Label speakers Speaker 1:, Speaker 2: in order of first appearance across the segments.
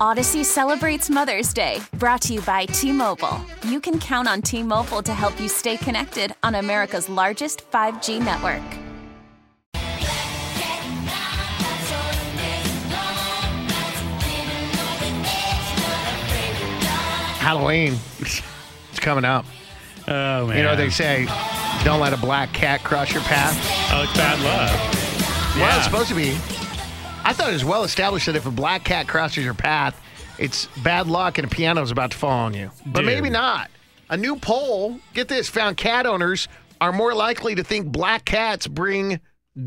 Speaker 1: Odyssey celebrates Mother's Day, brought to you by T Mobile. You can count on T Mobile to help you stay connected on America's largest 5G network.
Speaker 2: Halloween, it's coming up.
Speaker 3: Oh man.
Speaker 2: You know what they say? Don't let a black cat cross your path.
Speaker 3: Oh, it's bad luck.
Speaker 2: Well,
Speaker 3: Yeah.
Speaker 2: it's supposed to be. I thought it was well established that if a black cat crosses your path, it's bad luck and a piano's about to fall on you. But
Speaker 3: Dude.
Speaker 2: maybe not. A new poll, get this, found cat owners are more likely to think black cats bring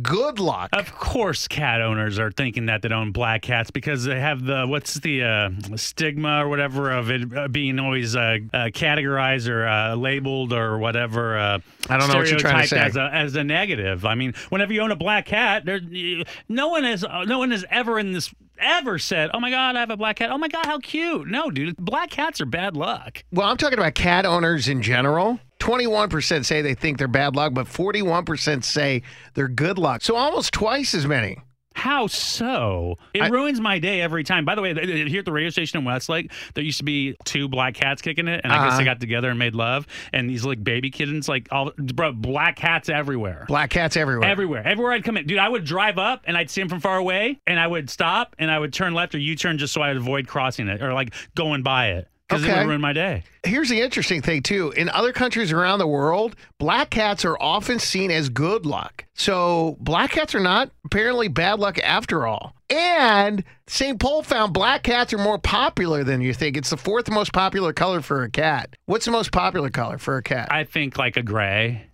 Speaker 2: good luck.
Speaker 3: Of course, cat owners are thinking that that own black cats because they have the what's the uh, stigma or whatever of it uh, being always uh, uh, categorized or uh, labeled or whatever. Uh,
Speaker 2: I don't know what you're trying to
Speaker 3: stereotyped
Speaker 2: say.
Speaker 3: As a, as a negative. I mean, whenever you own a black cat, there, you- no one has uh, no one has ever in this ever said, "Oh my god, I have a black cat. Oh my god, how cute." No, dude, black cats are bad luck.
Speaker 2: Well, I'm talking about cat owners in general. 21% say they think they're bad luck, but 41% say they're good luck. So almost twice as many.
Speaker 3: How so? It
Speaker 2: I-
Speaker 3: ruins my day every time. By the way, th- th- here at the radio station in Westlake, there used to be two black cats kicking it, and I guess
Speaker 2: Uh-huh.
Speaker 3: they got together and made love. And these like baby kittens, like all bro, black cats everywhere.
Speaker 2: Black cats everywhere.
Speaker 3: Everywhere, everywhere I'd come in, dude, I would drive up and I'd see them from far away, and I would stop and I would turn left or U-turn just so I'd avoid crossing it or like going by it because it
Speaker 2: Okay.
Speaker 3: would ruin my day.
Speaker 2: Here's the interesting thing, too. In other countries around the world, black cats are often seen as good luck. So black cats are not apparently bad luck after all. And St. Paul found black cats are more popular than you think. It's the fourth most popular color for a cat. What's the most popular color for a cat?
Speaker 3: I think like a gray.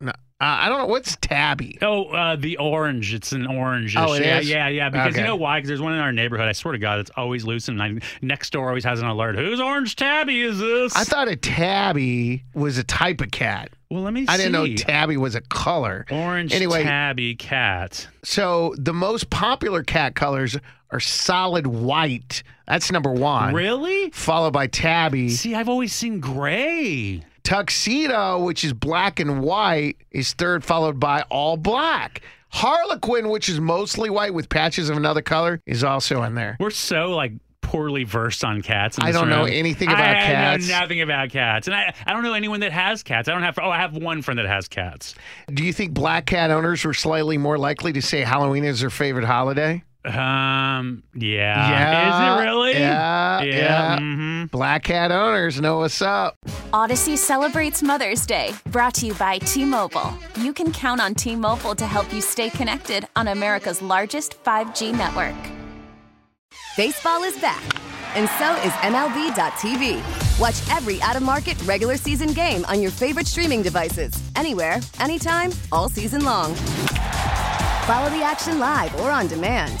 Speaker 2: No, uh, I don't know. What's tabby?
Speaker 3: Oh, uh, the orange. It's an orange.
Speaker 2: Oh, it
Speaker 3: yeah,
Speaker 2: is?
Speaker 3: yeah, yeah. Because
Speaker 2: Okay.
Speaker 3: you know why? Because there's one in our neighborhood. I swear to God, it's always loose. And I, next door always has an alert. Whose orange tabby is this?
Speaker 2: I thought a tabby was a type of cat.
Speaker 3: well, let me see.
Speaker 2: I didn't know tabby was a color.
Speaker 3: orange
Speaker 2: Anyway,
Speaker 3: tabby cat.
Speaker 2: so the most popular cat colors are solid white. That's number one.
Speaker 3: Really?
Speaker 2: Followed by tabby.
Speaker 3: See, I've always seen gray.
Speaker 2: Tuxedo, which is black and white, is third, followed by all black. Harlequin, which is mostly white with patches of another color, is also in there.
Speaker 3: We're so like poorly versed on cats. in
Speaker 2: I
Speaker 3: this
Speaker 2: don't know
Speaker 3: room.
Speaker 2: anything about
Speaker 3: I
Speaker 2: cats.
Speaker 3: know nothing about cats, and I, I don't know anyone that has cats. I don't have. Oh, I have one friend that has cats.
Speaker 2: Do you think black cat owners were slightly more likely to say Halloween is their favorite holiday?
Speaker 3: Um. Yeah.
Speaker 2: Yeah,
Speaker 3: Is it really?
Speaker 2: yeah, yeah.
Speaker 3: Mm-hmm.
Speaker 2: Black cat owners know what's up.
Speaker 1: Odyssey celebrates Mother's Day, brought to you by T Mobile. You can count on T Mobile to help you stay connected on America's largest 5G network.
Speaker 4: Baseball is back, and so is MLB.tv. Watch every out of market regular season game on your favorite streaming devices, anywhere, anytime, all season long. Follow the action live or on demand.